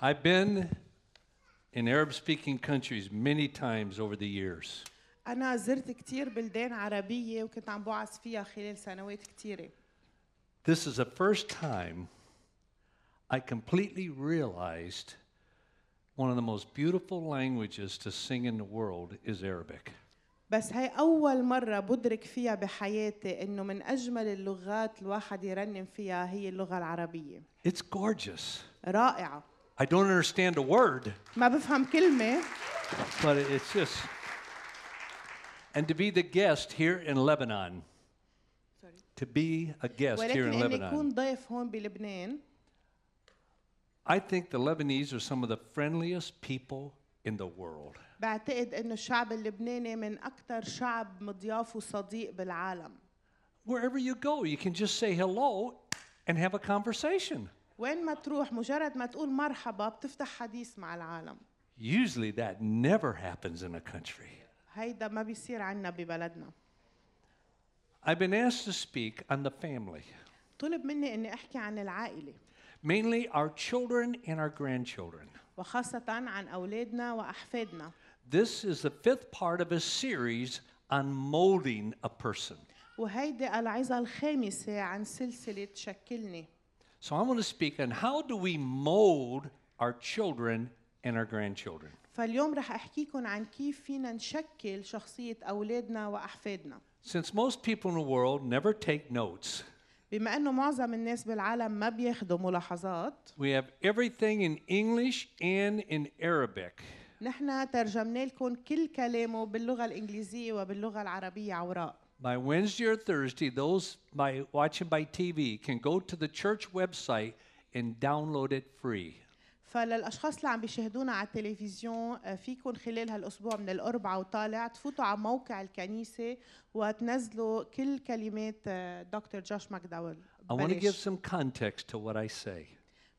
I've been in Arab speaking countries many times over the years. أنا زرت كتير بلدان عربية وكنت عم بعث فيها خلال سنوات كتيرة This is the first time I completely realized one of the most beautiful languages to sing in the world is Arabic. بس هاي أول مرة بدرك فيها بحياتي إنه من أجمل اللغات الواحد يرنم فيها هي اللغة العربية It's gorgeous. رائعة I don't understand a word, ما بفهم كلمة but it's just. And to be the guest here in Lebanon, to be a guest here ولكن in إني Lebanon, أكون ضيف هون بلبنان I think the Lebanese are some of the friendliest people in the world. بعتقد إنه الشعب اللبناني من أكثر شعب مضياف وصديق بالعالم Wherever you go, you can just say hello and have a conversation. وين ما تروح مجرد ما تقول مرحبا بتفتح حديث مع العالم Usually that never happens in a country. هيدا ما بيصير عنا ببلدنا I've been asked to speak on the family, طلب مني اني احكي عن العائله mainly our children and our grandchildren. وخاصه عن اولادنا واحفادنا This is the fifth part of a series on molding a person. وهيدي العظه الخامسه عن سلسله شكلني So I want to speak on how do we mold our children and our grandchildren. فاليوم رح احكيكم عن كيف فينا نشكل شخصيه اولادنا واحفادنا Since most people in the world never take notes, بما انه معظم الناس بالعالم ما بياخدوا ملاحظات we have everything in English and in Arabic. نحن ترجمنا لكم كل كلامه باللغه الانجليزيه وباللغه العربيه عوراء By Wednesday or Thursday, those by watching by TV can go to the church website and download it free. فللاشخاص اللي عم بيشاهدونا على التلفزيون آه، فيكن خلال هالاسبوع من الاربعاء وطالع تفوتوا على موقع الكنيسه وتنزلوا كل كلمات آه، دكتور جوش ماكداول I want to give ببلاش. some context to what I say.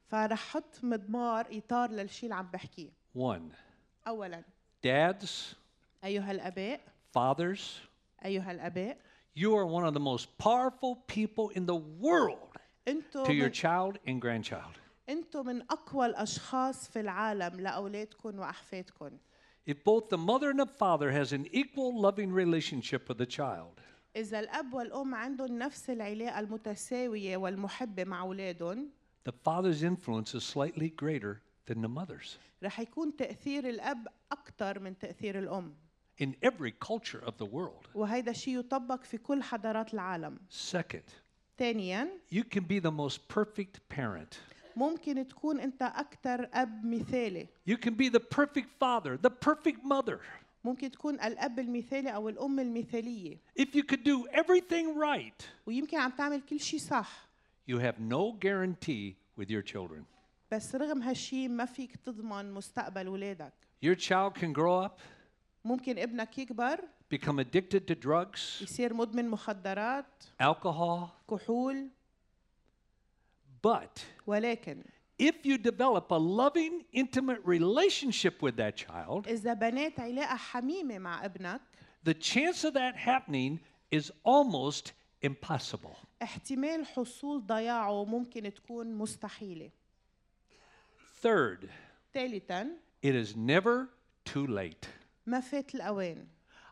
فرح حط مضمار اطار للشيء اللي عم بحكيه One, اولا dads, ايها الاباء fathers, ايها الاباء you are one of the most powerful people in the world انتم to your من child and grandchild. انتم من اقوى الاشخاص في العالم لاولادكم واحفادكم If both the mother and the father has an equal loving relationship with the child, اذا الاب والام عندهم نفس العلاقه المتساويه والمحبه مع اولادهم the father's influence is slightly greater than the mother's. رح يكون تأثير الأب أكثر من تأثير الأم In every culture of the world. وهيدا الشيء يطبق في كل حضارات العالم Second, ثانيا you can be the most perfect parent. ممكن تكون أنت أكثر أب مثالي You can be the perfect father, the perfect mother. ممكن تكون الأب المثالي أو الأم المثالية If you could do everything right, ويمكن عم تعمل كل شيء صح you have no guarantee with your children. بس رغم هالشيء ما فيك تضمن مستقبل ولادك Your child can grow up, ممكن ابنك يكبر become addicted to drugs, يصير مدمن مخدرات alcohol, كحول but ولكن if you develop a loving, intimate relationship with that child, إذا بنيت علاقة حميمة مع ابنك the chance of that happening is almost impossible. احتمال حصول ضياعه ممكن تكون مستحيلة Third, ثالثا it is never too late. ما فات الأوان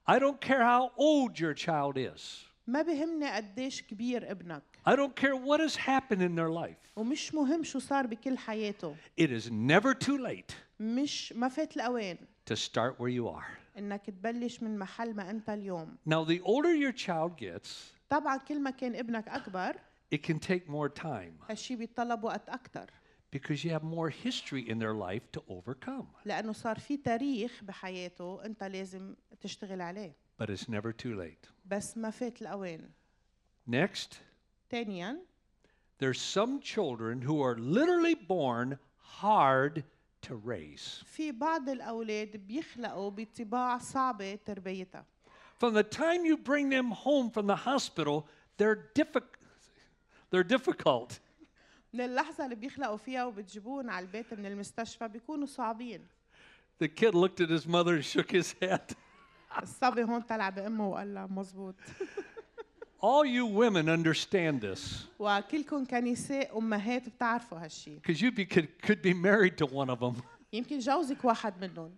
I don't care how old your child is. ما بهمني قديش كبير ابنك I don't care what has happened in their life. ومش مهم شو صار بكل حياته It is never too late مش ما فات الأوان to start where you are. انك تبلش من محل ما انت اليوم Now, the older your child gets, طبعا كل ما كان ابنك أكبر it can take more time هالشي بيتطلب وقت أكتر because you have more history in their life to overcome. لأنه صار في تاريخ بحياته أنت لازم تشتغل عليه But it's never too late. بس ما فات الأوان Next, ثانيا there's some children who are literally born hard to raise. في بعض الأولاد بيخلقوا بطباع صعبة تربيتها From the time you bring them home from the hospital, they're difficult. They're difficult. من اللحظة اللي بيخلقوا فيها وبتجيبوهم على البيت من المستشفى بيكونوا صعبين The kid looked at his mother and shook his head. الصبي هون طلع بأمه وقال لها مزبوط All you women understand this وكلكم كنساء امهات بتعرفوا هالشي because you be, could, could be married to one of them. يمكن جوزك واحد منهم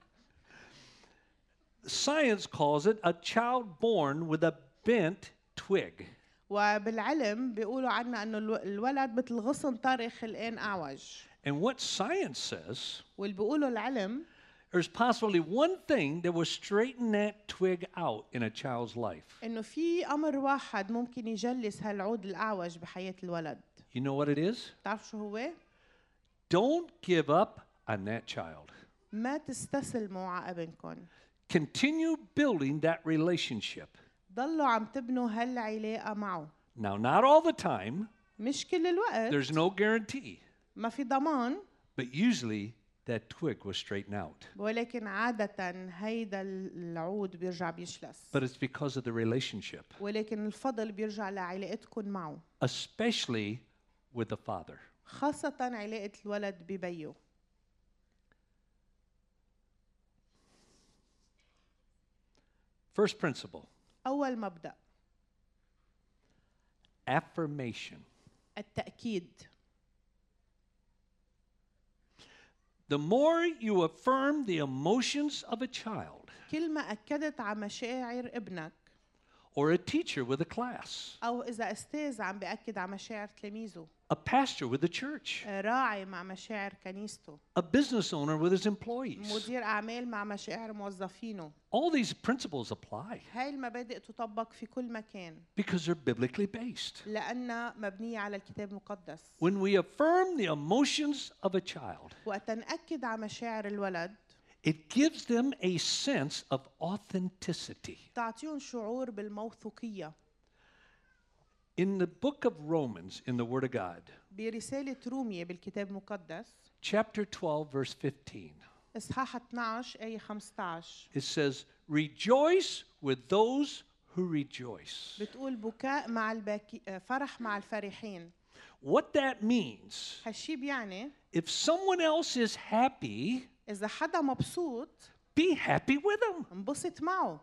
Science calls it a child born with a bent twig. وبالعلم بيقولوا عنا انه الو- الولد مثل غصن طري خلقان اعوج And what science says, واللي بيقولوا العلم there's possibly one thing that will straighten that twig out in a child's life. انه في امر واحد ممكن يجلس هالعود الاعوج بحياه الولد You know what it is? بتعرفوا شو هو Don't give up on that child. ما تستسلموا على ابنكم Continue building that relationship. ضلوا عم تبنوا هالعلاقه معه Now, not all the time, مش كل الوقت there's no guarantee, ما في ضمان but usually that twig will straighten out. ولكن عادة هيدا العود بيرجع بيشلس But it's because of the relationship, ولكن الفضل بيرجع لعلاقتكم معه especially with the father. خاصة علاقة الولد ببيه First principle أول مبدأ affirmation. التأكيد The more you affirm the emotions of a child كل ما أكدت على مشاعر ابنك or a teacher with a class, أو إذا أستاذ عم بأكد على مشاعر تلاميذه a pastor with a church, راعي مع مشاعر كنيسته a business owner with his employees, مدير أعمال مع مشاعر موظفينه all these principles apply هاي المبادئ تطبق في كل مكان because they're biblically based. لأنها مبنية على الكتاب المقدس When we affirm the emotions of a child, وقت نأكد على مشاعر الولد it gives them a sense of authenticity. تعطيهم شعور بالموثوقية In the book of Romans, in the Word of God, برسالة رومية بالكتاب المقدس chapter 12, verse 15, إصحاح 12 آية 15 it says, Rejoice with those who rejoice. بتقول بكاء مع الباكي آه، فرح مع الفرحين What that means, هالشي بيعني if someone else is happy, إذا حدا مبسوط be happy with them. انبسط معه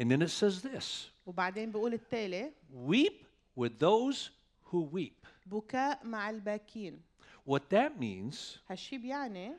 And then it says this وبعدين بقول التالي Weep with those who weep. بكاء مع الباكين What that means, هالشي بيعني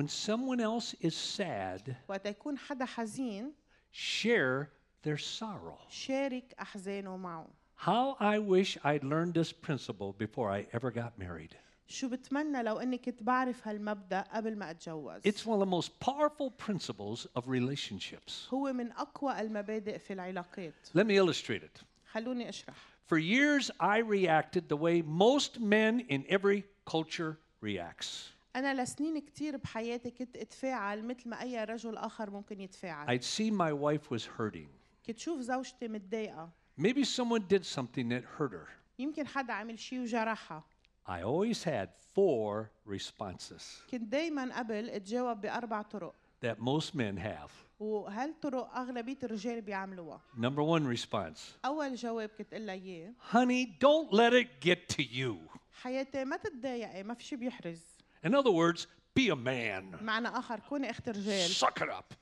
when someone else is sad, وقت يكون حدا حزين share their sorrow. شارك أحزانه معه How I wish I'd learned this principle before I ever got married. شو بتمنى لو اني كنت بعرف هالمبدا قبل ما اتجوز It's one of the most powerful principles of relationships. هو من اقوى المبادئ في العلاقات Let me illustrate it. خلوني اشرح For years, I reacted the way most men in every culture reacts. انا لسنين كتير بحياتي كنت اتفاعل مثل ما اي رجل اخر ممكن يتفاعل I'd see my wife was hurting. كنت شوف زوجتي متضايقه Maybe someone did something that hurt her. يمكن حدا عمل شي وجرحها I always had four responses كنت دايما قبل اتجاوب باربع طرق that most men have. وهالطرق اغلبيه الرجال بيعملوها Number one response اول جواب كنت قلها اياه Honey, don't let it get to you. حياتي ما تتضايقي ما في شي بيحرز In other words, be a man. معنى اخر كوني اخت رجال Suck it up.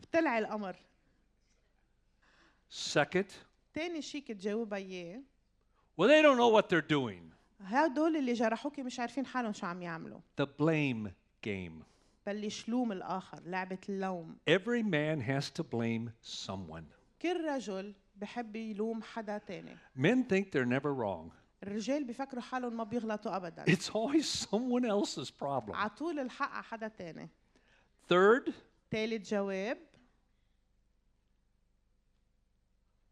بتلعي القمر Second, تاني شي كنت جاوبها اياه well, they don't know what they're doing. هدول اللي جرحوكي مش عارفين حالهم شو عم يعملوا The blame game. بلش لوم الاخر لعبه اللوم Every man has to blame someone. كل رجل بحب يلوم حدا تاني Men think they're never wrong. الرجال بفكروا حالهم ما بيغلطوا ابدا It's always someone else's problem. عطول الحق على حدا تاني Third, تالت جواب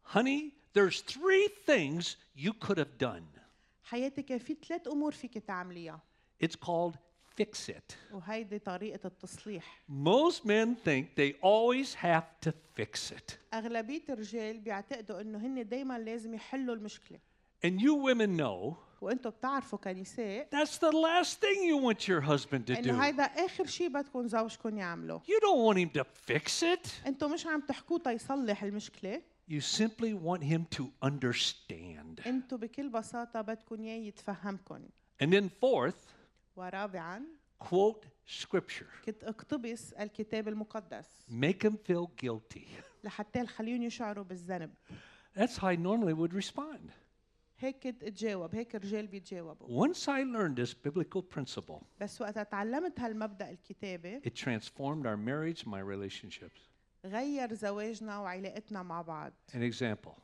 honey, there's three things you could have done. حياتك في ثلاث امور فيك تعمليها It's called fix it. وهيدي طريقه التصليح Most men think they always have to fix it. اغلبيه الرجال بيعتقدوا انه هن دايما لازم يحلوا المشكله And you women know وانتم بتعرفوا كنساء that's the last thing you want your husband to do. انه هيدا اخر شيء بدكم زوجكم يعمله You don't want him to fix it. انتم مش عم تحكوه تيصلح المشكله You simply want him to understand. انتو بكل بساطة بدكن اياه يتفهمكن And then, fourth, ورابعا quote scripture. كنت اقتبس الكتاب المقدس Make him feel guilty. لحتى نخليهم يشعروا بالذنب That's how I normally would respond. هيك تجاوب هيك الرجال بيتجاوبوا Once I learned this biblical principle, بس وقت تعلمت هالمبدا الكتابي it transformed our marriage, my relationships. غير زواجنا وعلاقتنا مع بعض An example.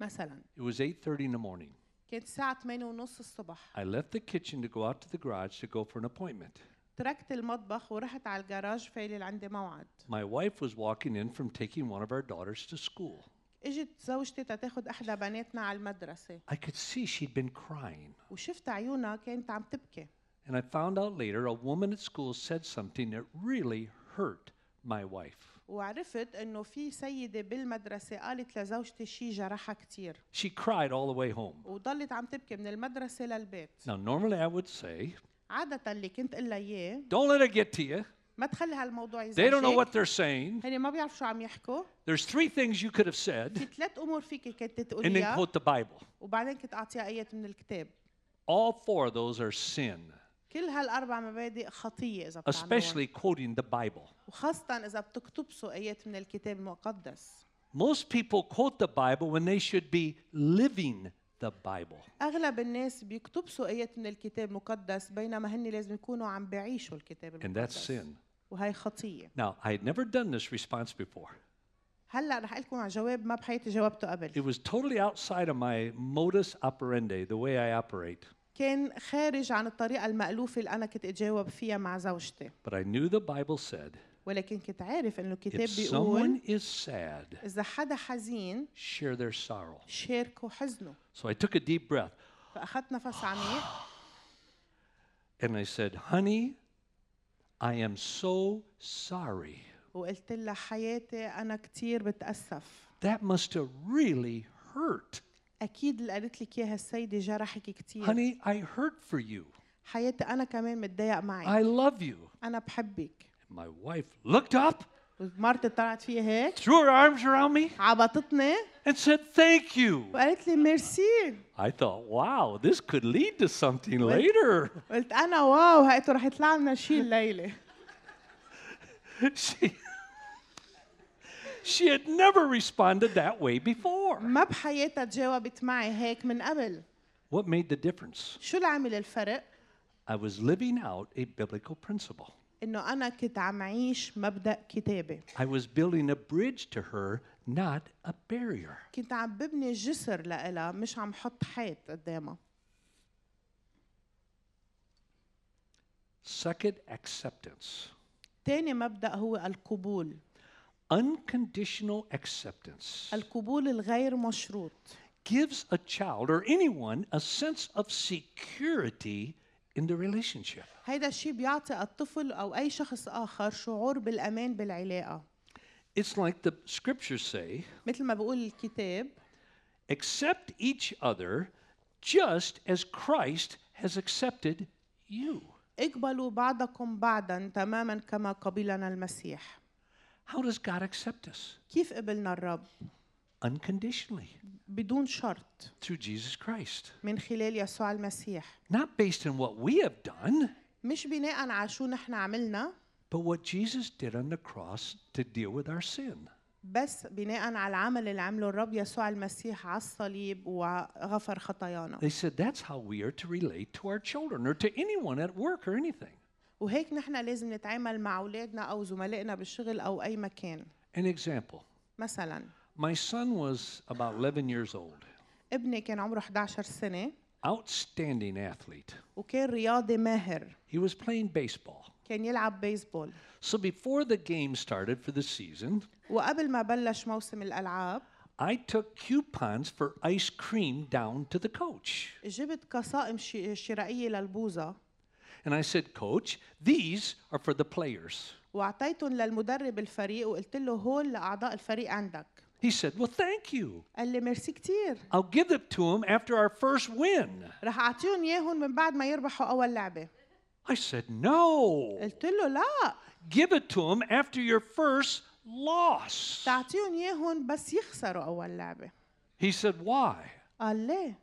مثلا It was 8:30 in the morning. كانت الساعة 8 ونص الصبح I left the kitchen to go out to the garage to go for an appointment. تركت المطبخ ورحت على الجراج فايلة عندي موعد My wife was walking in from taking one of our daughters to school. اجت زوجتي تتاخد احدى بناتنا على المدرسة I could see she'd been crying. وشفت عيونها كانت عم تبكي And I found out later a woman at school said something that really hurt my wife. وعرفت انه في سيدة بالمدرسة قالت لزوجتي شي جرحها كتير She cried all the way home. وضلت عم تبكي من المدرسة للبيت Now, normally I would say, عادة اللي كنت قلها اياه Don't let it get to you. ما تخلي هالموضوع They don't know يزعجك what they're saying. هن ما بيعرفوا شو عم يحكوا There's three things you could have said, في ثلاث امور فيك and كنت then تقوليها quote the Bible. وبعدين كنت اعطيها ايات من الكتاب All four of those are sin, كل هالاربع مبادئ خطيه اذا بتعملوها especially quoting the Bible. وخاصه اذا بتقتبسوا ايات من الكتاب المقدس Most people quote the Bible when they should be living the Bible. اغلب الناس بيقتبسوا ايات من الكتاب المقدس بينما هن لازم يكونوا عم بعيشوا الكتاب And that's المقدس sin. وهي خطيه Now, I had never done this response before. هلا رح لكم على جواب ما بحياتي جاوبته It قبل was totally outside of my modus operandi, the way I operate. كان خارج عن الطريقه المالوفه اللي انا كنت اتجاوب فيها مع زوجتي But I knew the Bible said ولكن كنت عارف انه الكتاب if بيقول someone is sad, اذا حدا حزين share their sorrow. شاركوا حزنه So I took a deep breath فاخذت نفس عميق and I said, Honey, I am so sorry. وقلت لها حياتي انا كثير بتاسف That must have really hurt. اكيد اللي قالت لك اياها السيده جرحك كثير Honey, I hurt for you. حياتي انا كمان متضايق معك I love you. انا بحبك My wife looked up, ومرتي طلعت فيها هيك threw her arms around me, عبطتني and said, Thank you. وقالت لي ميرسي I thought, wow, this could lead to something later. قلت انا واو هاتوا رح يطلع لنا شيء الليله she, she had never responded that way before. ما بحياتها تجاوبت معي هيك من قبل What made the difference? شو اللي عمل الفرق I was living out a biblical principle. انه انا كنت عم عيش مبدا كتابي I was building a bridge to her, not a barrier. كنت عم ببني جسر لإلها مش عم حط حيط قدامها Second, acceptance. تاني مبدا هو القبول Unconditional acceptance القبول الغير مشروط gives a child or anyone a sense of security in the relationship. هيدا الشيء بيعطي الطفل او اي شخص اخر شعور بالامان بالعلاقه It's like the scriptures say مثل ما بيقول الكتاب accept each other just as Christ has accepted you. اقبلوا بعضكم بعضا تماما كما قبلنا المسيح How does God accept us? كيف قبلنا الرب Unconditionally بدون شرط through Jesus Christ. من خلال يسوع المسيح Not based on what we have done, مش بناء على شو نحن عملنا but what Jesus did on the cross to deal with our sin. بس بناء على العمل اللي عمله الرب يسوع المسيح على الصليب وغفر خطايانا They said that's how we are to relate to our children or to anyone at work or anything. وهيك نحن لازم نتعامل مع اولادنا او زملائنا بالشغل او اي مكان An example مثلا my son was about 11 years old, ابني كان عمره 11 سنة outstanding athlete. وكان رياضي ماهر He was playing baseball. كان يلعب بيسبول So before the game started for the season, وقبل ما بلش موسم الألعاب I took coupons for ice cream down to the coach. جبت قصائم ش- شرائية للبوظة And I said, Coach, these are for the players. وأعطيتهم للمدرب الفريق وقلت له هول لأعضاء الفريق عندك He said, Well, thank you. قال لي ميرسي كتير I'll give them to them after our first win. رح أعطيهم ياهن من بعد ما يربحوا أول لعبة I said, No. قلت له لا Give it to them after your first loss. تعطيهم ياهن بس يخسروا أول لعبة He said, Why? قال ليه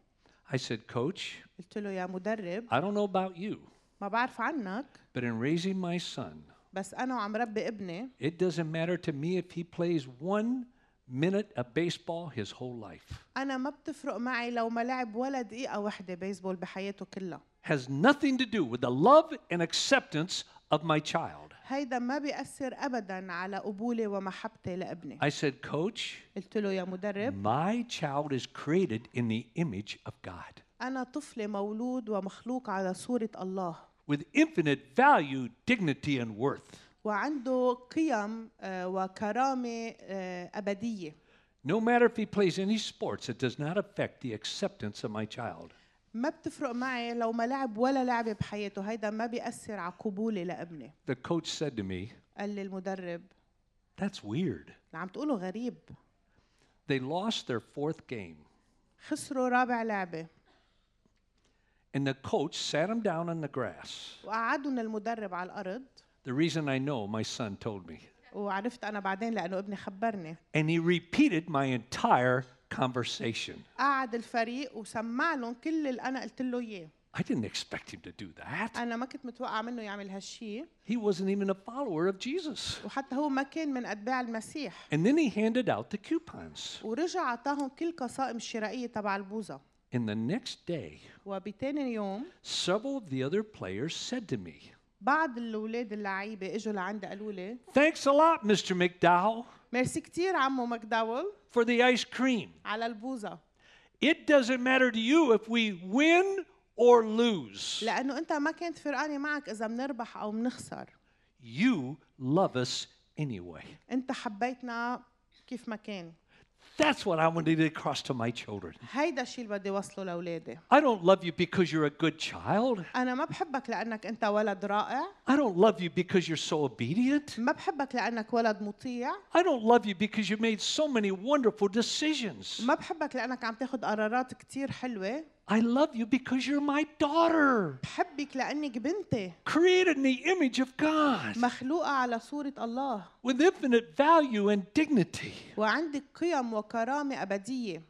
I said, Coach, قلت له يا مدرب I don't know about you, ما بعرف عنك but in raising my son, بس أنا وعم ربي ابني it doesn't matter to me if he plays one minute of baseball his whole life. أنا ما بتفرق معي لو ما لعب ولا دقيقة واحدة بيسبول بحياته كلها Has nothing to do with the love and acceptance of my child. هيدا ما بيأثر أبدا على قبولي ومحبتي لابني I said, Coach, قلت له يا مدرب my child is created in the image of God أنا طفل مولود ومخلوق على صورة الله with infinite value, dignity, and worth. وعنده قيم آه، وكرامة آه، أبدية No matter if he plays any sports, it does not affect the acceptance of my child. ما بتفرق معي لو ما لعب ولا لعبة بحياته هيدا ما بيأثر على قبولي لابني The coach said to me, قال لي المدرب That's weird. اللي عم تقوله غريب They lost their fourth game, خسروا رابع لعبة and the coach sat him down on the grass. وقعدهم المدرب على الأرض The reason I know, my son told me. وعرفت أنا بعدين لأنه ابني خبرني And he repeated my entire conversation. قعد الفريق وسمع لهم كل اللي أنا قلت له إياه I didn't expect him to do that. أنا ما كنت متوقعة منه يعمل هالشي He wasn't even a follower of Jesus. وحتى هو ما كان من أتباع المسيح And then he handed out the coupons. ورجع أعطاهم كل قصائم الشرائية تبع البوظة And the next day, وبتاني يوم several of the other players said to me, بعض الأولاد اللعيبة إجوا لعندي قالوا لي Thanks a lot, Mr. McDowell, ميرسي كتير عمو ماكداول for the ice cream. على البوظة It doesn't matter to you if we win or lose. لأنه أنت ما كنت فرقانة معك إذا بنربح أو بنخسر You love us anyway. أنت حبيتنا كيف ما كان That's what I wanted to get across to my children. هيدا الشيء اللي بدي وصله لأولادي I don't love you because you're a good child. أنا ما بحبك لأنك أنت ولد رائع I don't love you because you're so obedient. ما بحبك لأنك ولد مطيع I don't love you because you made so many wonderful decisions. ما بحبك لأنك عم تاخد قرارات كتير حلوة I love you because you're my daughter, بحبك لأنك بنتي created in the image of God مخلوقة على صورة الله with infinite value and dignity. وعندك قيم وكرامة أبدية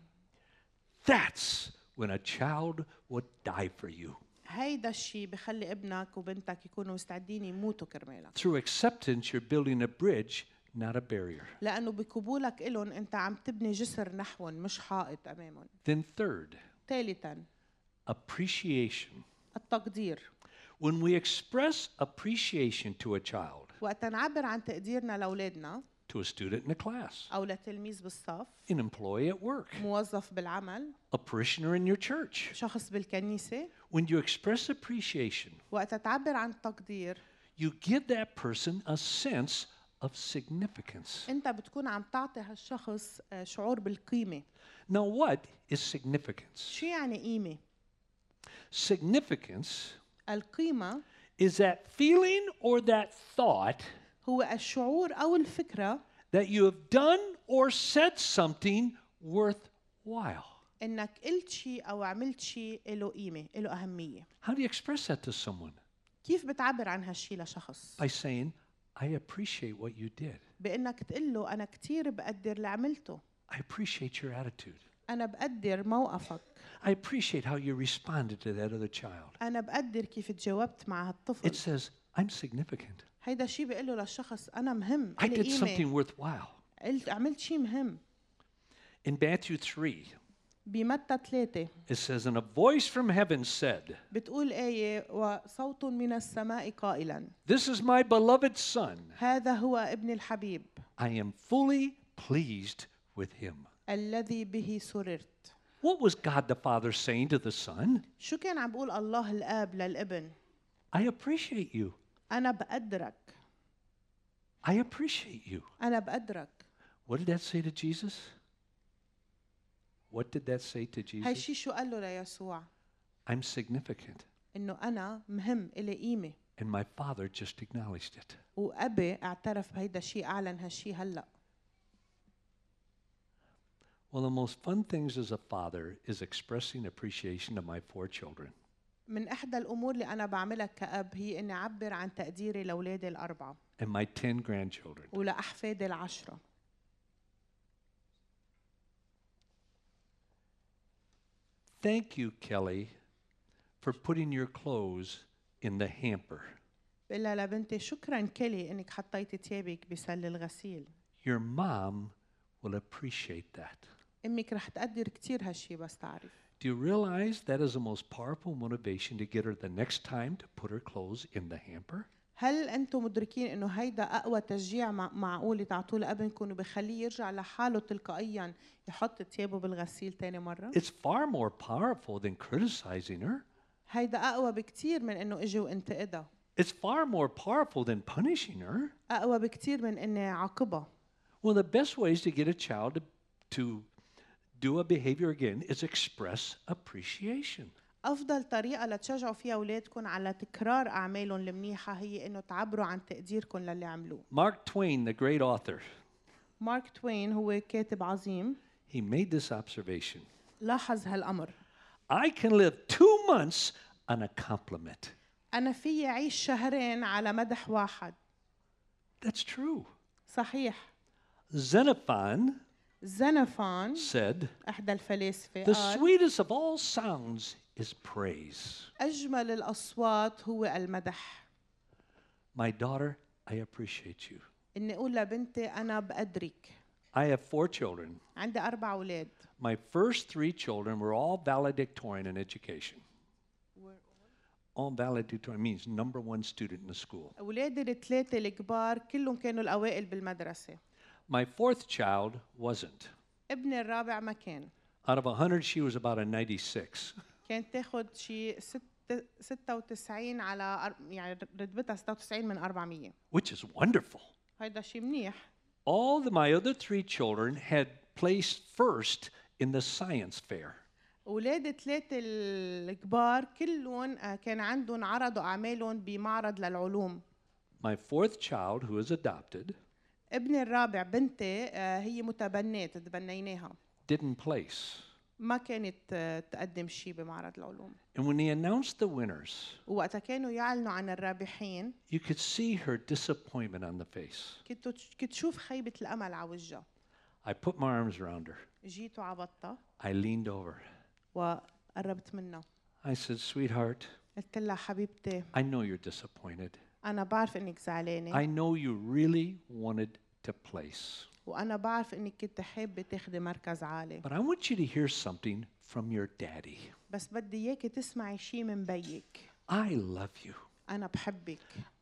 That's when a child would die for you. هيدا الشيء بخلي ابنك وبنتك يكونوا مستعدين يموتوا كرمالك Through acceptance, you're building a bridge, not a barrier. لأنه بقبولك إلهم أنت عم تبني جسر نحوهم مش حائط أمامهم Then, third, ثالثا appreciation. التقدير When we express appreciation to a child, وقت نعبر عن تقديرنا لأولادنا to a student in a class, أو لتلميذ بالصف an employee at work, موظف بالعمل a parishioner in your church, شخص بالكنيسة when you express appreciation, وقت تعبر عن التقدير you give that person a sense of significance. انت بتكون عم تعطي هالشخص آه، شعور بالقيمه Now, what is significance? شو يعني قيمه Significance القيمه is that feeling or that thought هو الشعور او الفكره that you have done or said something worthwhile. انك قلت شيء او عملت شيء له قيمه له اهميه How do you express that to someone? كيف بتعبر عن هالشيء لشخص By saying, I appreciate what you did. بانك تقول له انا كثير بقدر اللي عملته I appreciate your attitude. انا بقدر موقفك I appreciate how you responded to that other child. انا بقدر كيف تجاوبت مع It هالطفل says, I'm significant. هيدا الشيء بقول له للشخص انا مهم I إلي did قيمة. something worthwhile. قلت عملت شيء مهم In Matthew 3, بمتى ثلاثه it says, And a voice from heaven said, بتقول آية وصوت من السماء قائلا This is my beloved Son. هذا هو ابن الحبيب I am fully pleased with him. الذي به سررت What was God the Father saying to the Son? شو كان عم بقول الله الآب للابن I appreciate you. أنا بقدرك I appreciate you. أنا بقدرك What did that say to Jesus? What did that say to Jesus? هالشي شو قال له ليسوع I'm significant. إنه أنا مهم إلي قيمة And my Father just acknowledged it. وأبي اعترف بهيدا الشيء أعلن هالشي هلأ One of the most fun things as a father is expressing appreciation to my four children. من إحدى الأمور اللي أنا بعملها كأب هي إني أعبر عن تقديري لأولادي الأربعة and my 10 grandchildren. ولأحفادي العشرة Thank you, Kelly, for putting your clothes in the hamper. بقول لها لبنتي شكرا كلي إنك حطيتي تيابك بسل الغسيل Your mom will appreciate that. امك رح تقدر كثير هالشي بس تعرف Do you realize that is the most powerful motivation to get her the next time to put her clothes in the hamper? هل انتم مدركين انه هيدا اقوى تشجيع مع- معقول تعطوه لابنكم وبخليه يرجع لحاله تلقائيا يحط ثيابه بالغسيل تاني مره It's far more powerful than criticizing her. هيدا اقوى بكثير من انه اجي وانتقدها It's far more powerful than punishing her. اقوى بكثير من اني عاقبها One of the best ways to get a child to, to do a behavior again is express appreciation. افضل طريقه لتشجعوا فيها اولادكم على تكرار اعمالهم المنيحه هي انه تعبروا عن تقديركم للي عملوه Mark Twain, the great author, مارك توين هو كاتب عظيم he made this observation لاحظ هالامر I can live two months on a compliment. انا في اعيش شهرين على مدح واحد That's true. صحيح Xenophon زنفان said, احدى الفلاسفه The قال sweetest of all sounds is praise. اجمل الاصوات هو المدح My daughter, I appreciate you. اني اقول لبنتي انا بقدرك I have four children. عندي اربع اولاد My first three children were all valedictorian in education. All valedictorian means number one student in the school. اولادي الثلاثه الكبار كلهم كانوا الاوائل بالمدرسه My fourth child wasn't. ابني الرابع ما كان Out of 100, she was about a 96. كانت تاخد شي ست- 96 على أر- يعني رتبتها 96 من 400 which is wonderful. هيدا شي منيح All the, my other three children had placed first in the science fair. اولاد ثلاثة الكبار كلهم آه، كان عندهم عرضوا اعمالهم بمعرض للعلوم My fourth child, who is adopted, ابني الرابع بنتي آه، هي متبناة تبنيناها didn't place. ما كانت آه، تقدم شي بمعرض العلوم And when they announced the winners, وقتها كانوا يعلنوا عن الرابحين you could see her disappointment on the face. كنت كنت تشوف خيبة الأمل على وجهها I put my arms around her. جيت وعبطتها I leaned over. وقربت منها I said, Sweetheart, قلت لها حبيبتي I know you're disappointed. أنا بعرف إنك زعلانة I know you really wanted to place. وأنا بعرف إنك كنت حابة تاخدي مركز عالي But I want you to hear something from your daddy. بس بدي إياكي تسمعي شي من بيك I love you. أنا بحبك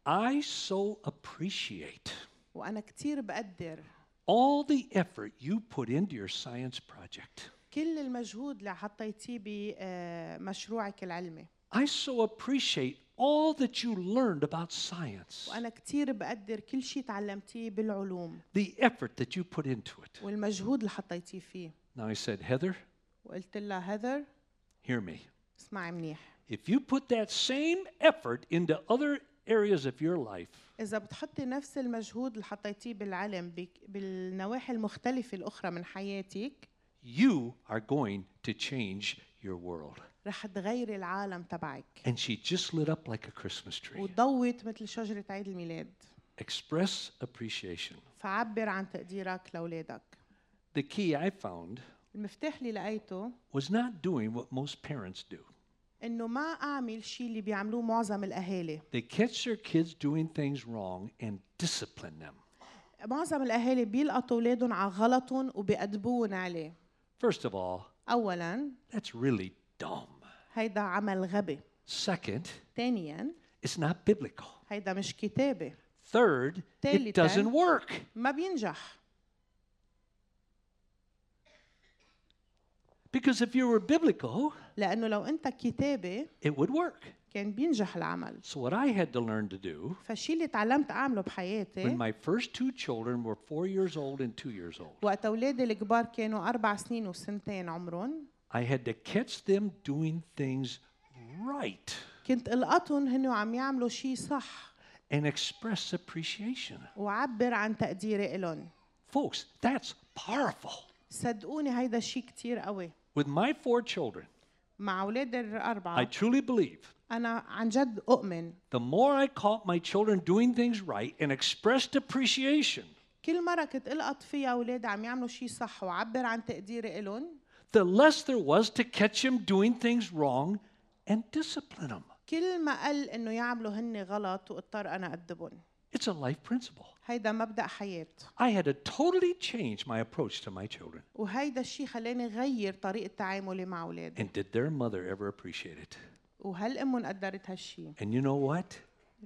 I so appreciate وأنا كتير بقدر all the effort you put into your science project. كل المجهود اللي حطيتيه بمشروعك العلمي I so appreciate all that you learned about science, وأنا كتير بقدر كل شي تعلمتيه بالعلوم the effort that you put into it. والمجهود اللي حطيتيه فيه Now I said, Heather, وقلت لها هذر hear me. اسمعي منيح If you put that same effort into other areas of your life, إذا بتحطي نفس المجهود اللي حطيتيه بالعلم بك- بالنواحي المختلفة الأخرى من حياتك you are going to change your world. رح تغيري العالم تبعك And she just lit up like a Christmas tree. وضوت مثل شجرة عيد الميلاد Express appreciation. فعبر عن تقديرك لأولادك The key I found المفتاح اللي لقيته was not doing what most parents do. إنه ما أعمل شيء اللي بيعملوه معظم الأهالي They catch their kids doing things wrong and discipline them. معظم الأهالي بيلقطوا أولادهم على غلطهم وبيأدبون عليه First of all, أولا that's really dumb. هيدا عمل غبي Second, ثانيا it's not biblical. هيدا مش كتابة Third, Totally it doesn't dumb. work. ما بينجح Because if you were biblical, لأنه لو أنت كتابة it would work. كان بينجح العمل So, what I had to learn to do فالشي اللي تعلمت أعمله when بحياتي my first two children were four years old and two years old, وقت أولادي الكبار كانوا أربع سنين وسنتين عمرهم I had to catch them doing things right كنت القطهم هن وعم يعملوا شيء صح and express appreciation. وعبر عن تقديري إلهم Folks, that's powerful. صدقوني هيدا شيء كتير قوي With my four children, مع أولاد I الأربعة truly believe أنا عن جد أؤمن the more I caught my children doing things right and expressed appreciation, كل مرة كنت ألقط فيها أولاد عم يعملوا شيء صح وعبر عن تقديري إلهم the less there was to catch them doing things wrong and discipline them. كل ما قل إنه يعملوا هن غلط واضطر أنا أدبهم It's a life principle. هيدا مبدأ حياة I had to totally change my approach to my children. وهيدا الشيء خلاني غير طريقة تعاملي مع أولادي And did their mother ever appreciate it? وهل أمهم قدرت هالشيء And you know what?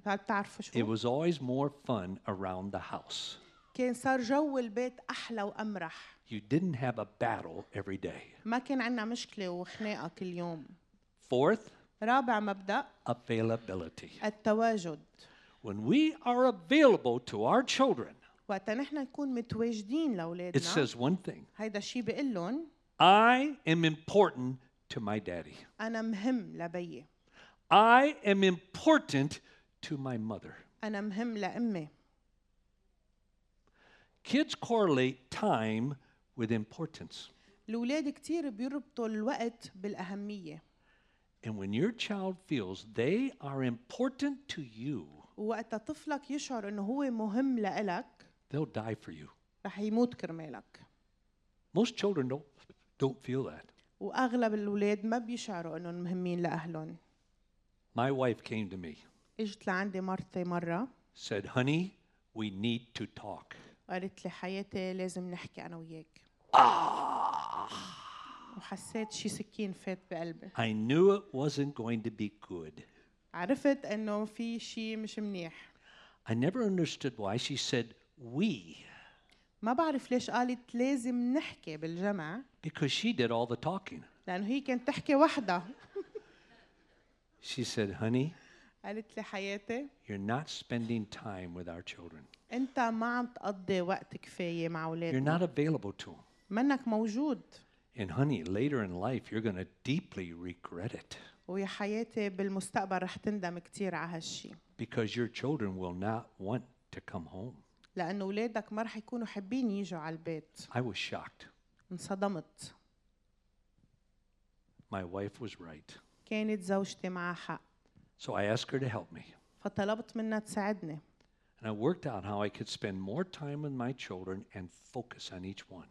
هل بتعرفوا شو It was always more fun around the house. كان صار جو البيت أحلى وأمرح You didn't have a battle every day. ما كان عندنا مشكلة وخناقة كل يوم Fourth, رابع مبدأ availability. التواجد When we are available to our children, وقتا نحن نكون متواجدين لأولادنا it says one thing هيدا الشيء بقول لهم I am important to my daddy, أنا مهم لبيي I am important to my mother. أنا مهم لأمي Kids correlate time with importance. الأولاد كتير بيربطوا الوقت بالأهمية And when your child feels they are important to you, ووقتا طفلك يشعر إنه هو مهم لإلك they'll die for you. رح يموت كرمالك Most children don't, don't feel that. وأغلب الأولاد ما بيشعروا إنهم مهمين لأهلهم My wife came to me, إجت لعندي مرتي مرة said, Honey, we need to talk. قالت لي حياتي لازم نحكي أنا وياك وحسيت شي سكين فات بقلبي Ah. I knew it wasn't going to be good. عرفت إنه في شي مش منيح I never understood why she said we, ما بعرف ليش قالت لازم نحكي بالجمع because she did all the talking. لأنه هي كانت تحكي وحدها She said, Honey, قالت لي حياتي you're not spending time with our children. أنت ما عم تقضي وقت كفاية مع You're أولادنا not available to them. منك موجود And, honey, later in life, you're going to deeply regret it ويا حياتي بالمستقبل رح تندم كتير على هالشي because your children will not want to come home. لأنه أولادك ما رح يكونوا حابين يجوا على البيت I was shocked. انصدمت My wife was right. كانت زوجتي معها حق So I asked her to help me. فطلبت منها تساعدني And I worked out how I could spend more time with my children and focus on each one.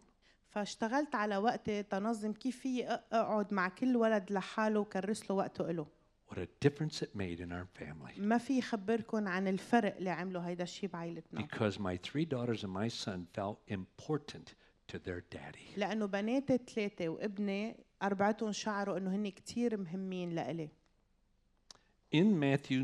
فاشتغلت على وقتي تنظم كيف فيي أ- اقعد مع كل ولد لحاله وكرس له وقته له What a difference it made in our family. ما في خبركم عن الفرق اللي عملوا هيدا الشيء بعائلتنا Because my three daughters and my son felt important to their daddy. لانه بناتي ثلاثه وابني اربعتهم شعروا انه هن كتير مهمين لإلي In Matthew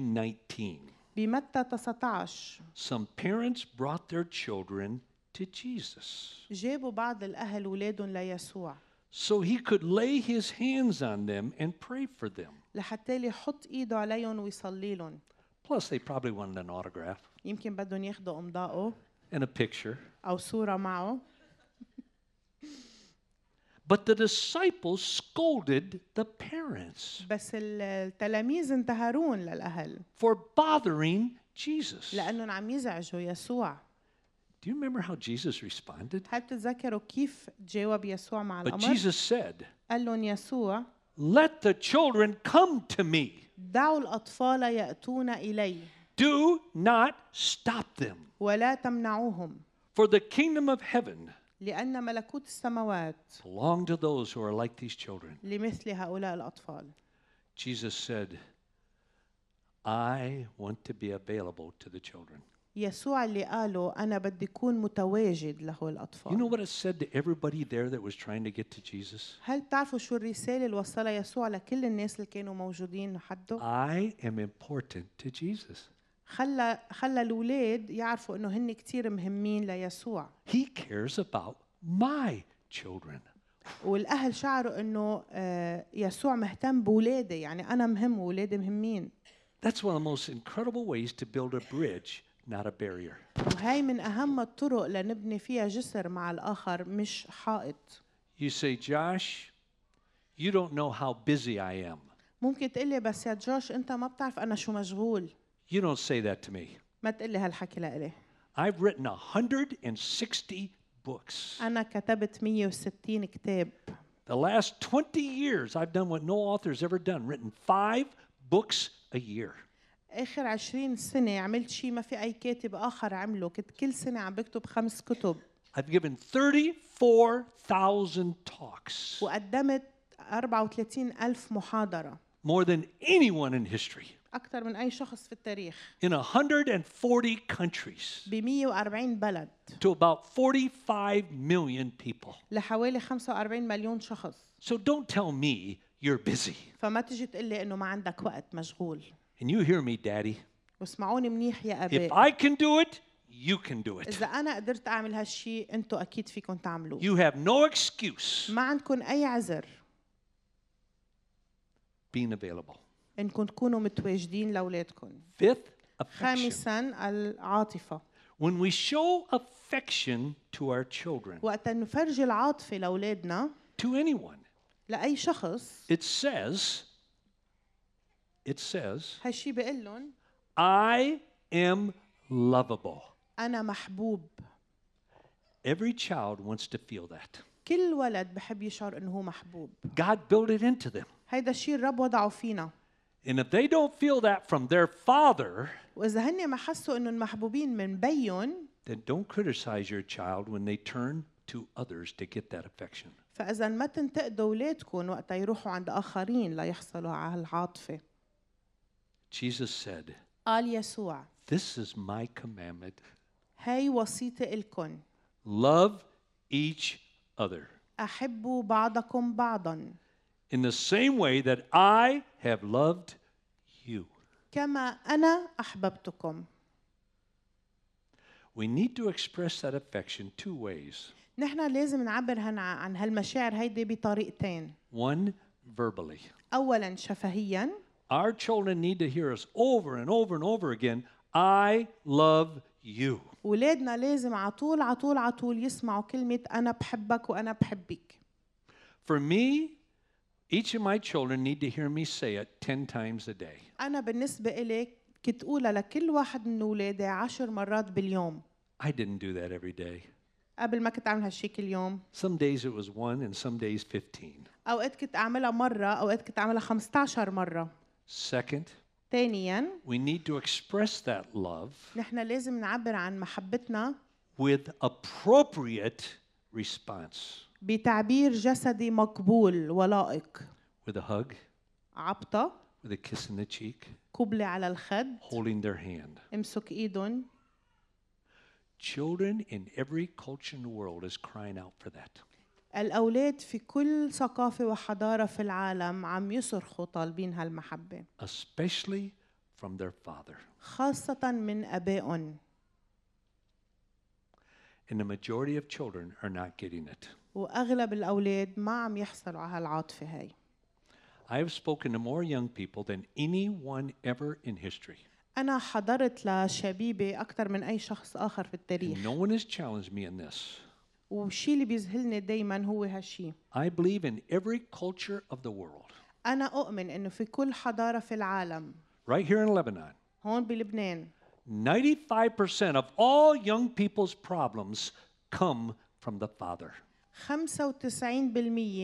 19, بمتى 19 some parents brought their children to Jesus جابوا بعض الاهل ولادهم ليسوع so he could lay his hands on them and pray for them. لحتى لي يحط ايده عليهم ويصلي لهم Plus, they probably wanted an autograph يمكن بدهم ياخذوا امضائه and a picture. او صوره معه But the disciples scolded the parents بس ال- التلاميذ انتهرون للأهل for bothering Jesus. لأنهم عم يزعجوا يسوع Do you remember how Jesus responded? هل بتتذكروا كيف تجاوب يسوع مع But الأمر؟ Jesus said, قال لهم يسوع Let the children come to me. دعوا الأطفال يأتون إلي Do not stop them, ولا تمنعوهم for the kingdom of heaven لأن ملكوت السماوات belong to those who are like these children. لمثل هؤلاء الأطفال Jesus said, I want to be available to the children. يسوع اللي قاله أنا بدي أكون متواجد له You know الأطفال what it said to everybody there that was trying to get to Jesus? هل بتعرفوا شو الرسالة اللي وصلها يسوع لكل الناس اللي كانوا موجودين حده؟ I am important to Jesus. خلى خلى الأولاد يعرفوا إنه هن كتير مهمين ليسوع He cares about my children. والاهل شعروا انه آه، يسوع مهتم بولادي يعني انا مهم وولادي مهمين That's one of the most incredible ways to build a bridge, not a barrier. وهي من اهم الطرق لنبني فيها جسر مع الاخر مش حائط You say, Josh, you don't know how busy I am. ممكن تقلي بس يا جوش انت ما بتعرف انا شو مشغول You don't say that to me. ما تقلي هالحكي لإلي I've written 160 books. انا كتبت 160 كتاب The last 20 years, I've done what no author's ever done, written five books a year. اخر 20 سنه عملت شيء ما في اي كاتب اخر عمله كنت كل سنه عم بكتب خمس كتب I've given 34,000 talks, وقدمت 34 ألف محاضرة more than anyone in history. أكثر من أي شخص في التاريخ in 140 countries ب 140 بلد to about 45 million people. لحوالي 45 مليون شخص So don't tell me you're busy. فما تيجي تقول لي إنه ما عندك وقت مشغول And you hear me, Daddy. واسمعوني منيح يا If آباء I can do it, you can do it. إذا أنا قدرت أعمل هالشي أنتوا أكيد فيكم تعملوه You have no excuse ما عندكم أي عذر being available. إنكم تكونوا متواجدين لأولادكم Fifth, affection. خامسا العاطفة When we show affection to our children, وقت نفرجي العاطفة لأولادنا to anyone, لأي شخص it says, it says, هالشي بقول لهم I am lovable. أنا محبوب Every child wants to feel that. كل ولد بحب يشعر إنه هو محبوب God built it into them. هيدا الشيء الرب وضعه فينا And if they don't feel that from their father, وإذا هن ما حسوا إنهم محبوبين من بيهم then don't criticize your child when they turn to others to get that affection. فإذا ما تنتقدوا أولادكم وقتها يروحوا عند آخرين ليحصلوا على هالعاطفة Jesus said, قال يسوع This is my commandment هاي وصيتي إلكن love each other أحبوا بعضكم بعضا in the same way that I have loved you. كما أنا أحببتكم We need to express that affection two ways نحن لازم نعبر هن عن هالمشاعر هيدي بطريقتين one, verbally. أولا شفهيا Our children need to hear us over and over and over again I love you. ولادنا لازم عطول عطول عطول يسمعوا كلمة أنا بحبك وأنا بحبك For me, each of my children need to hear me say it 10 times a day. أنا بالنسبة إلي كنت أقولها لكل واحد من ولادي عشر مرات باليوم I didn't do that every day. قبل ما كنت أعمل هالشي كل يوم Some days it was one and some days 15. أوقات كنت أعملها مرة أوقات كنت أعملها 15 مرة Second, ثانيا we need to express that love نحن لازم نعبر عن محبتنا with appropriate response, بتعبير جسدي مقبول ولائق with a hug, عبطة with a kiss in the cheek, كبلة على الخد holding their hand. امسك ايدهم Children in every culture in the world is crying out for that. الأولاد في كل ثقافة وحضارة في العالم عم يصرخوا طالبين هالمحبة especially from their father. خاصة من أبائهم And the majority of children are not getting it. وأغلب الأولاد ما عم يحصلوا على هالعاطفة هاي I have spoken to more young people than anyone ever in history. أنا حضرت لشبيبة أكثر من أي شخص آخر في And التاريخ no one has challenged me in this. والشي اللي بيذهلني دايما هو هالشي I believe in every culture of the world, أنا أؤمن إنه في كل حضارة في العالم right here in Lebanon. هون بلبنان 95% of all young people's problems come from the father. 95%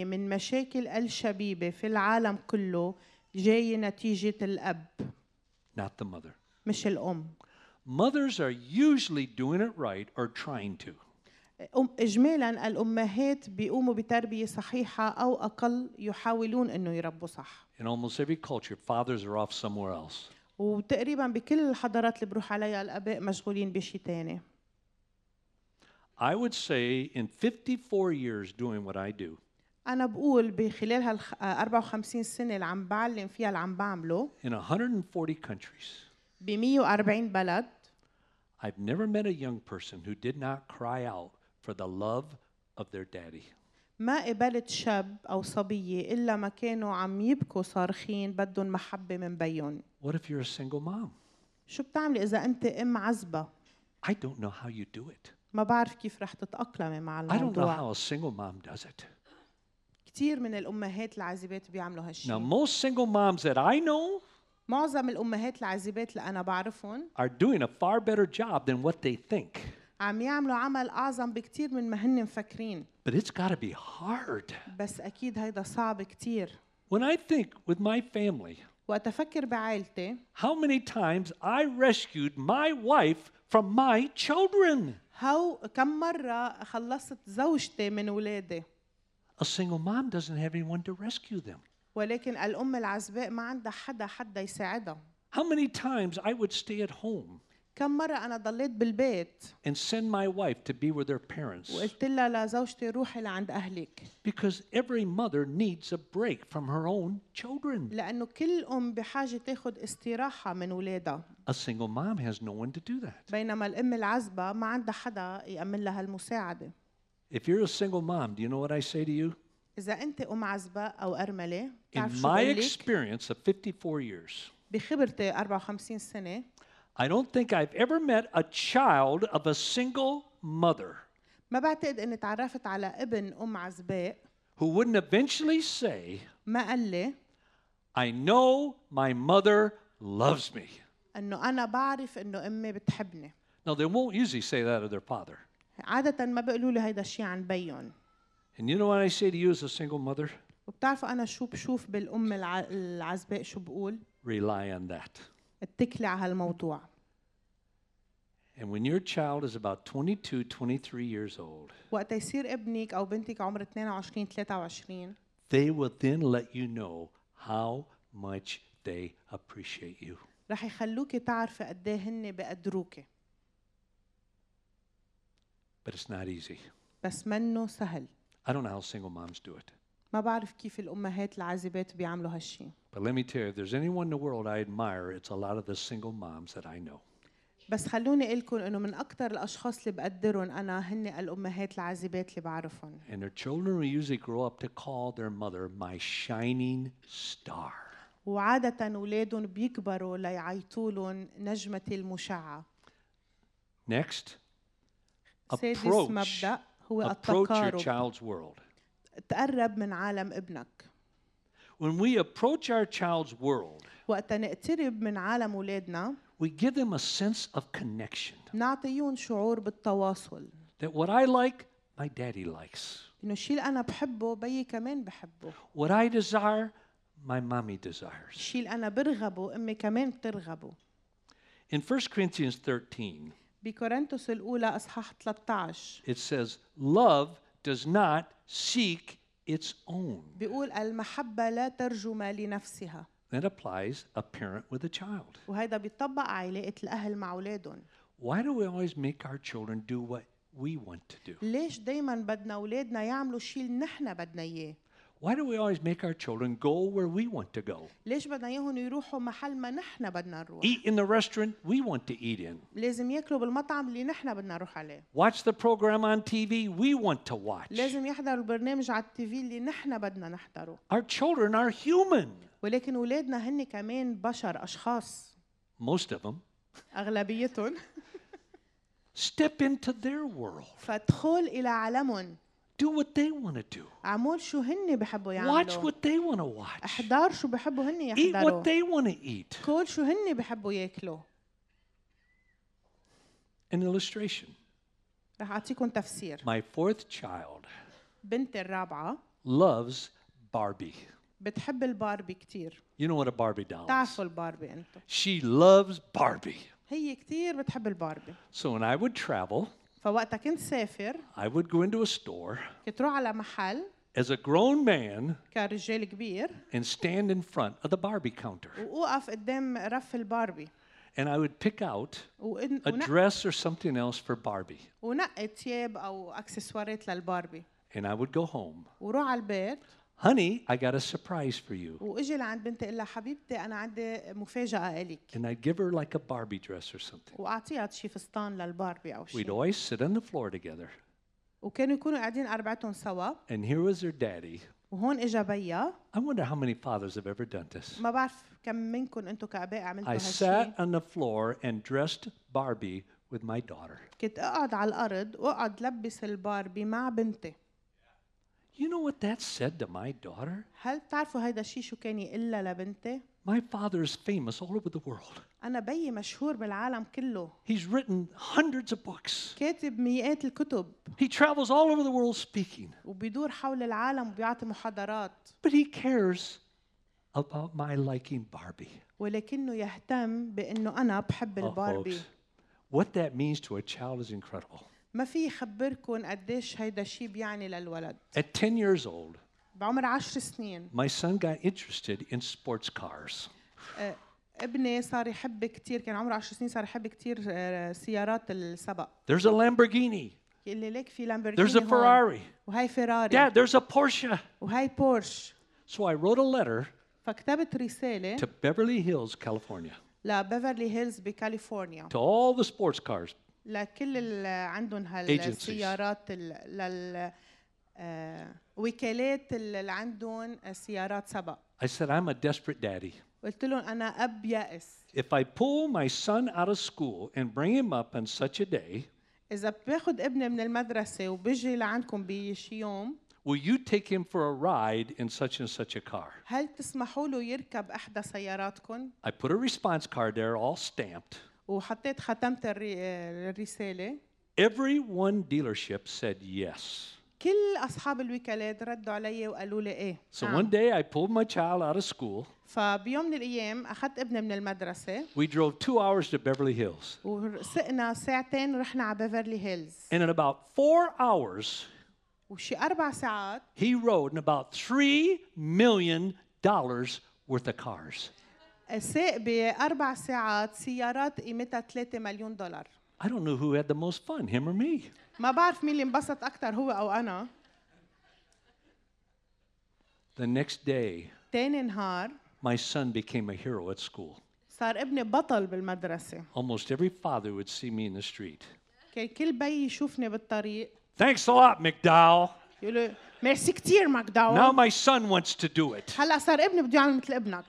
من مشاكل الشبيبة في العالم كله جاية نتيجة الأب Not the mother. مش الأم Mothers are usually doing it right or trying to. أم- إجمالا الأمهات بيقوموا بتربية صحيحة أو أقل يحاولون أنه يربوا صح In almost every culture, fathers are off somewhere else. وتقريبا بكل الحضارات اللي بروح عليها الآباء مشغولين بشي تاني I would say in 54 years doing what I do, أنا بقول بخلال هال 54 سنة اللي عم بعلم فيها اللي عم بعمله in 140 countries, ب 140 بلد I've never met a young person who did not cry out for the love of their daddy. ما قبلت شاب أو صبية إلا ما كانوا عم يبكوا صارخين بدهم محبة من بيهم What if you're a single mom? شو بتعملي إذا أنت أم عزبة I don't know how you do it. ما بعرف كيف رح تتأقلمي مع I don't know الموضوع how a single mom does it. كتير من الأمهات العازبات بيعملوا Now, هالشي most single moms that I know معظم الأمهات العازبات اللي أنا بعرفهم are doing a far better job than what they think. عم يعملوا عمل أعظم بكتير من ما هن مفكرين But it's got to be hard. بس أكيد هيدا صعب كتير When I think with my family, وقت أفكر بعائلتي how many times I rescued my wife from my children. هو كم مرة خلصت زوجتي من ولادي A single mom doesn't have anyone to rescue them. ولكن الأم العزباء ما عندها حدا حدا يساعدها How many times I would stay at home كم مرة أنا ضليت بالبيت and send my wife to be with her parents وقلت لها لزوجتي روحي لعند أهلك because every mother needs a break from her own children. لأنه كل أم بحاجة تاخد استراحة من ولادها A single mom has no one to do that. بينما الأم العزبة ما عندها حدا يأمن لها المساعدة If you're a single mom, do you know what I say to you? إذا أنت أم عزبة أو أرملة بتعرف In شو my بقول لك؟ experience of 54 years, بخبرتي 54 سنة I don't think I've ever met a child of a single mother ما بعتقد اني تعرفت على ابن ام عزباء who wouldn't eventually say, ما قال لي I know my mother loves me. انه انا بعرف انه امي بتحبني Now, they won't usually say that of their father. عادة ما بيقولوا لي هيدا الشيء عن بيهم And you know what I say to you as a single mother? وبتعرفوا انا شو بشوف بالام الع... العزباء شو بقول Rely on that. اتكلي على هالموضوع And when your child is about 22, 23 years old, وقت يصير ابنك او بنتك عمر 22 23 they will then let you know how much they appreciate you. رح يخلوكي تعرفي قد ايه هن بقدروكي But it's not easy. بس منه سهل I don't know how single moms do it. ما بعرف كيف الامهات العازبات بيعملوا هالشي But let me tell you, if there's anyone in the world I admire, it's a lot of the single moms that I know. بس خلوني اقول لكم انه من اكثر الاشخاص اللي بقدرهم انا هن الامهات العازبات اللي بعرفهم And their children will usually grow up to call their mother my shining star. وعادة أولادهم بيكبروا ليعيطوا لهم نجمتي المشعة Next, سادس approach, مبدأ هو approach your التقارب child's world. تقرب من عالم ابنك When we approach our child's world, وقت نقترب من عالم أولادنا we give them a sense of connection نعطيهم شعور بالتواصل that what I like, my daddy likes. إنه الشيء اللي أنا بحبه بيي كمان بحبه What I desire, my mommy desires. الشيء اللي أنا برغبه أمي كمان بترغبه In 1 Corinthians 13, بكورنثوس الأولى إصحاح 13 it says, Love does not seek its own. بيقول المحبة لا ترجم لنفسها That applies a parent with a child. وهذا بيطبق على علاقة الأهل مع أولادهم Why do we always make our children do what we want to do? ليش دايما بدنا اولادنا يعملوا شيء اللي نحن بدنا اياه Why do we always make our children go where we want to go? ليش بدنا اياهم يروحوا محل ما نحن بدنا نروح Eat in the restaurant we want to eat in. لازم ياكلوا بالمطعم اللي نحن بدنا نروح عليه Watch the program on TV we want to watch. لازم يحضروا البرنامج على التي في اللي نحن بدنا نحضره Our children are human, ولكن اولادنا هن كمان بشر اشخاص most of them. اغلبيتهم Step into their world. فادخل الى عالمهم Do what they want to do. اعمل شو هن بحبوا Watch يعملوا what they want to watch. احضر شو بحبوا هن Eat يحضروا what they want to eat. كل شو هن بحبوا ياكلوا An illustration. رح اعطيكم تفسير My fourth child بنتي الرابعه loves Barbie. بتحب الباربي كتير You know what a Barbie doll is. بتعرفوا الباربي انتم She loves Barbie. هي كتير بتحب الباربي So when I would travel, فوقتها كنت سافر I would go into a store كنت روح على محل as a grown man كرجال كبير and stand in front of the Barbie counter. واوقف قدام رف الباربي And I would pick out وإن- a ونق- dress or something else for Barbie. ونقي تياب او اكسسوارات للباربي And I would go home. وروح على البيت Honey, I got a surprise for you. واجي لعند بنتي اقول لها حبيبتي انا عندي مفاجاه الك And I'd give her like a Barbie dress or something. واعطيها شي فستان للباربي او We'd شيء always sit on the floor together. وكانوا يكونوا قاعدين اربعتهم سوا And here was her daddy. وهون اجا بيا I wonder how many fathers have ever done this. ما بعرف كم منكم انتم كاباء عملتوا I هالشيء sat on the floor and dressed Barbie with my daughter. كنت اقعد على الارض واقعد لبس الباربي مع بنتي You know what that said to my daughter? هل بتعرفوا هيدا الشيء شو كان يقلها لبنتي؟ My father is famous all over the world. أنا بيي مشهور بالعالم كله He's written hundreds of books. كاتب مئات الكتب He travels all over the world speaking, وبيدور حول العالم وبيعطي محاضرات but he cares about my liking Barbie. ولكنه يهتم بأنه أنا بحب Oh, الباربي folks, what that means to a child is incredible. ما في خبركم قديش هيدا الشيء بيعني للولد At 10 years old, بعمر عشر سنين my son got interested in sports cars. آه، ابني صار يحب كتير كان عمره 10 سنين صار يحب كتير آه، سيارات السبق There's a Lamborghini. يقول لي ليك في There's a لامبرجيني هون Ferrari. وهي فيراري Dad, there's a Porsche. وهي بورش So I wrote a letter فكتبت رسالة to Beverly Hills, California, لبيفرلي هيلز بكاليفورنيا to all the sports cars. لكل اللي عندهم Agencies. هالسيارات ال- لل آه، وكالات اللي عندهم سيارات سبق I said, I'm a desperate daddy. قلت لهم انا اب يائس If I pull my son out of school and bring him up on such a day, اذا باخد ابني من المدرسه وبيجي لعندكم بشي يوم will you take him for a ride in such and such a car? هل تسمحوا له يركب احدى سياراتكم I put a response card there, all stamped. وحطيت ختمت الري- آه، الرساله Every one dealership said yes. كل اصحاب الوكالات ردوا علي وقالوا لي ايه So نعم. one day I pulled my child out of school. فبيوم من الايام اخذت ابني من المدرسه We drove two hours to Beverly Hills. وسقنا ساعتين ورحنا على بيفرلي هيلز And in about four hours, وشي اربع ساعات he rode in about $3 million worth of cars. ساق باربع ساعات سيارات قيمتها 3 مليون دولار I don't know who had the most fun, him or me. ما بعرف مين اللي انبسط اكثر هو او انا The next day, تاني نهار my son became a hero at school. صار ابني بطل بالمدرسه Almost every father would see me in the street. كان كل بي يشوفني بالطريق Thanks a lot, McDowell. يقول لي ميرسي كثير Now my ماكداون son wants to do it. هلا صار ابني بده يعمل مثل ابنك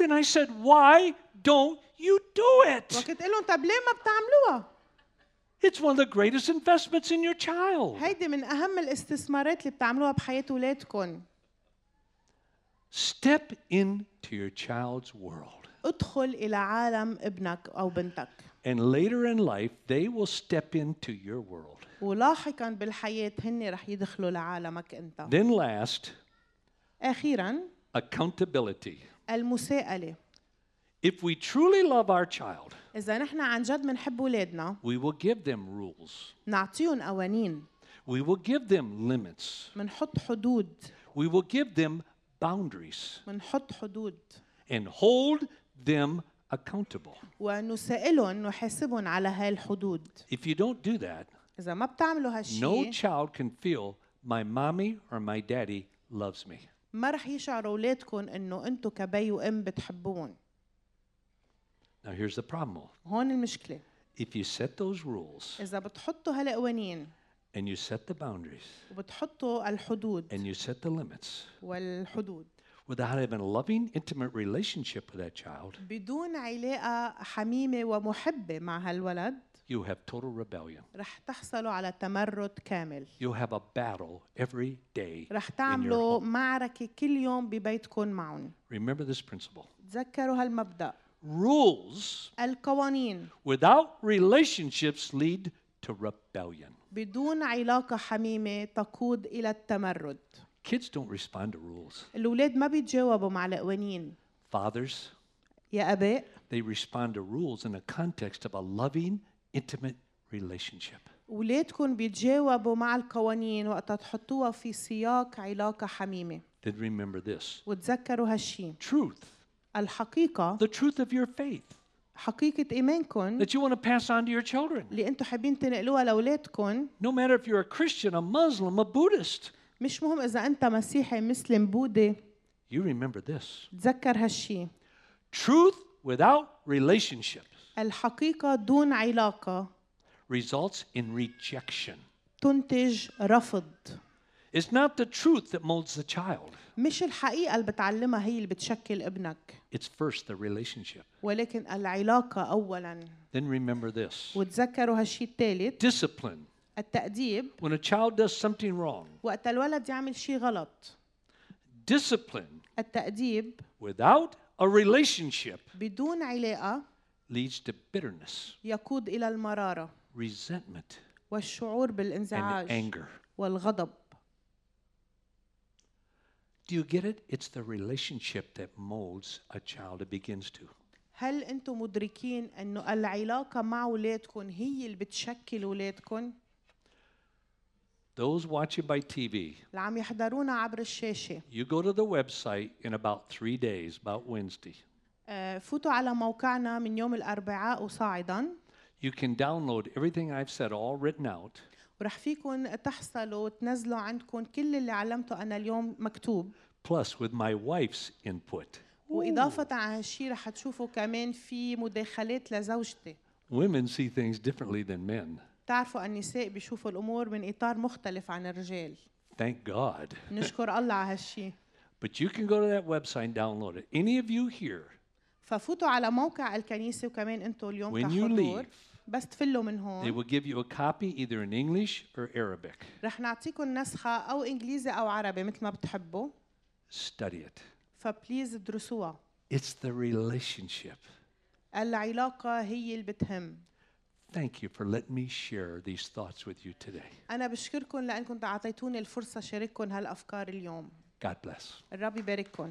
Then I said, Why don't you do it? وكنت اقول لهم طب ليه ما بتعملوها؟ It's one of the greatest investments in your child. هيدي من اهم الاستثمارات اللي بتعملوها بحياه اولادكم Step into your child's world. ادخل الى عالم ابنك او بنتك And later in life, they will step into your world. ولاحقا بالحياه هن رح يدخلوا لعالمك انت Then, last, اخيرا accountability. المساءله If we truly love our child, اذا نحن عن جد بنحب اولادنا we will give them rules, نعطيهم قوانين we will give them limits, بنحط حدود we will give them boundaries, بنحط حدود and hold them accountable. ونسائلهم نحاسبهم على هاي الحدود If you don't do that, اذا ما بتعملوا no هالشيء child can feel my mommy or my daddy loves me. ما رح يشعروا اولادكم انه انتم كبي وام بتحبوهم Now, here's the problem هون المشكله if you set those rules اذا بتحطوا هالقوانين and you set the boundaries وبتحطوا الحدود and you set the limits والحدود without having a loving, intimate relationship with that child, بدون علاقه حميمه ومحبه مع هالولد you have total rebellion. رح تحصلوا على تمرد كامل You'll have a battle every day. رح in your home. تعملوا معركة كل يوم ببيتكم معهم Remember this principle. تذكروا هالمبدأ Rules القوانين without relationships lead to rebellion. بدون علاقة حميمة تقود إلى التمرد Kids don't respond to rules. الأولاد ما بيتجاوبوا مع القوانين Fathers, يا أباء they respond to rules in the context of a loving, intimate relationship. أولادكم بيتجاوبوا مع القوانين وقتها تحطوها في سياق علاقة حميمة Then remember this وتذكروا هالشي truth, الحقيقة the truth of your faith حقيقة إيمانكم that you want to pass on to your children. اللي أنتم حابين تنقلوها لأولادكم No matter if you're a Christian, a Muslim, a Buddhist, مش مهم إذا أنت مسيحي مسلم بوذي you remember this تذكر هالشي truth without relationships الحقيقة دون علاقة results in rejection. تنتج رفض It's not the truth that molds the child. مش الحقيقة اللي بتعلمها هي اللي بتشكل ابنك It's first the relationship. ولكن العلاقة أولا Then remember this وتذكروا هالشي الثالث discipline. التأديب When a child does something wrong, وقت الولد يعمل شي غلط discipline التأديب without a relationship بدون علاقة leads to bitterness, يقود إلى المرارة resentment, والشعور and بالانزعاج anger. والغضب Do you get it? It's the relationship that molds a child, it begins to. هل أنتم مدركين أنه العلاقة مع أولادكم هي اللي بتشكل أولادكم؟ Those watching by TV, اللي عم يحضرونا عبر الشاشة you go to the website in about three days, about Wednesday. آه، فوتوا على موقعنا من يوم الأربعاء وصاعدا You can download everything I've said all written out. ورح فيكم تحصلوا تنزلوا عندكم كل اللي علمته أنا اليوم مكتوب plus with my wife's input. وإضافة على هالشي رح تشوفوا كمان في مداخلات لزوجتي Women see things differently than men. تعرفوا النساء بيشوفوا الأمور من إطار مختلف عن الرجال Thank God. نشكر الله على هالشي But you can go to that website and download it. Any of you here, ففوتوا على موقع الكنيسة وكمان انتوا اليوم when you كحضور leave, إيوه. بس تفلوا من they هون will give you a copy either in English or Arabic. رح نعطيكم نسخة أو إنجليزي أو عربي مثل ما بتحبوا Study it. فبليز ادرسوها It's the relationship. العلاقة هي اللي بتهم Thank you for letting me share these thoughts with you today. أنا بشكركم لأنكم أعطيتوني الفرصة شارككم هالأفكار اليوم God bless. الرب يبارككم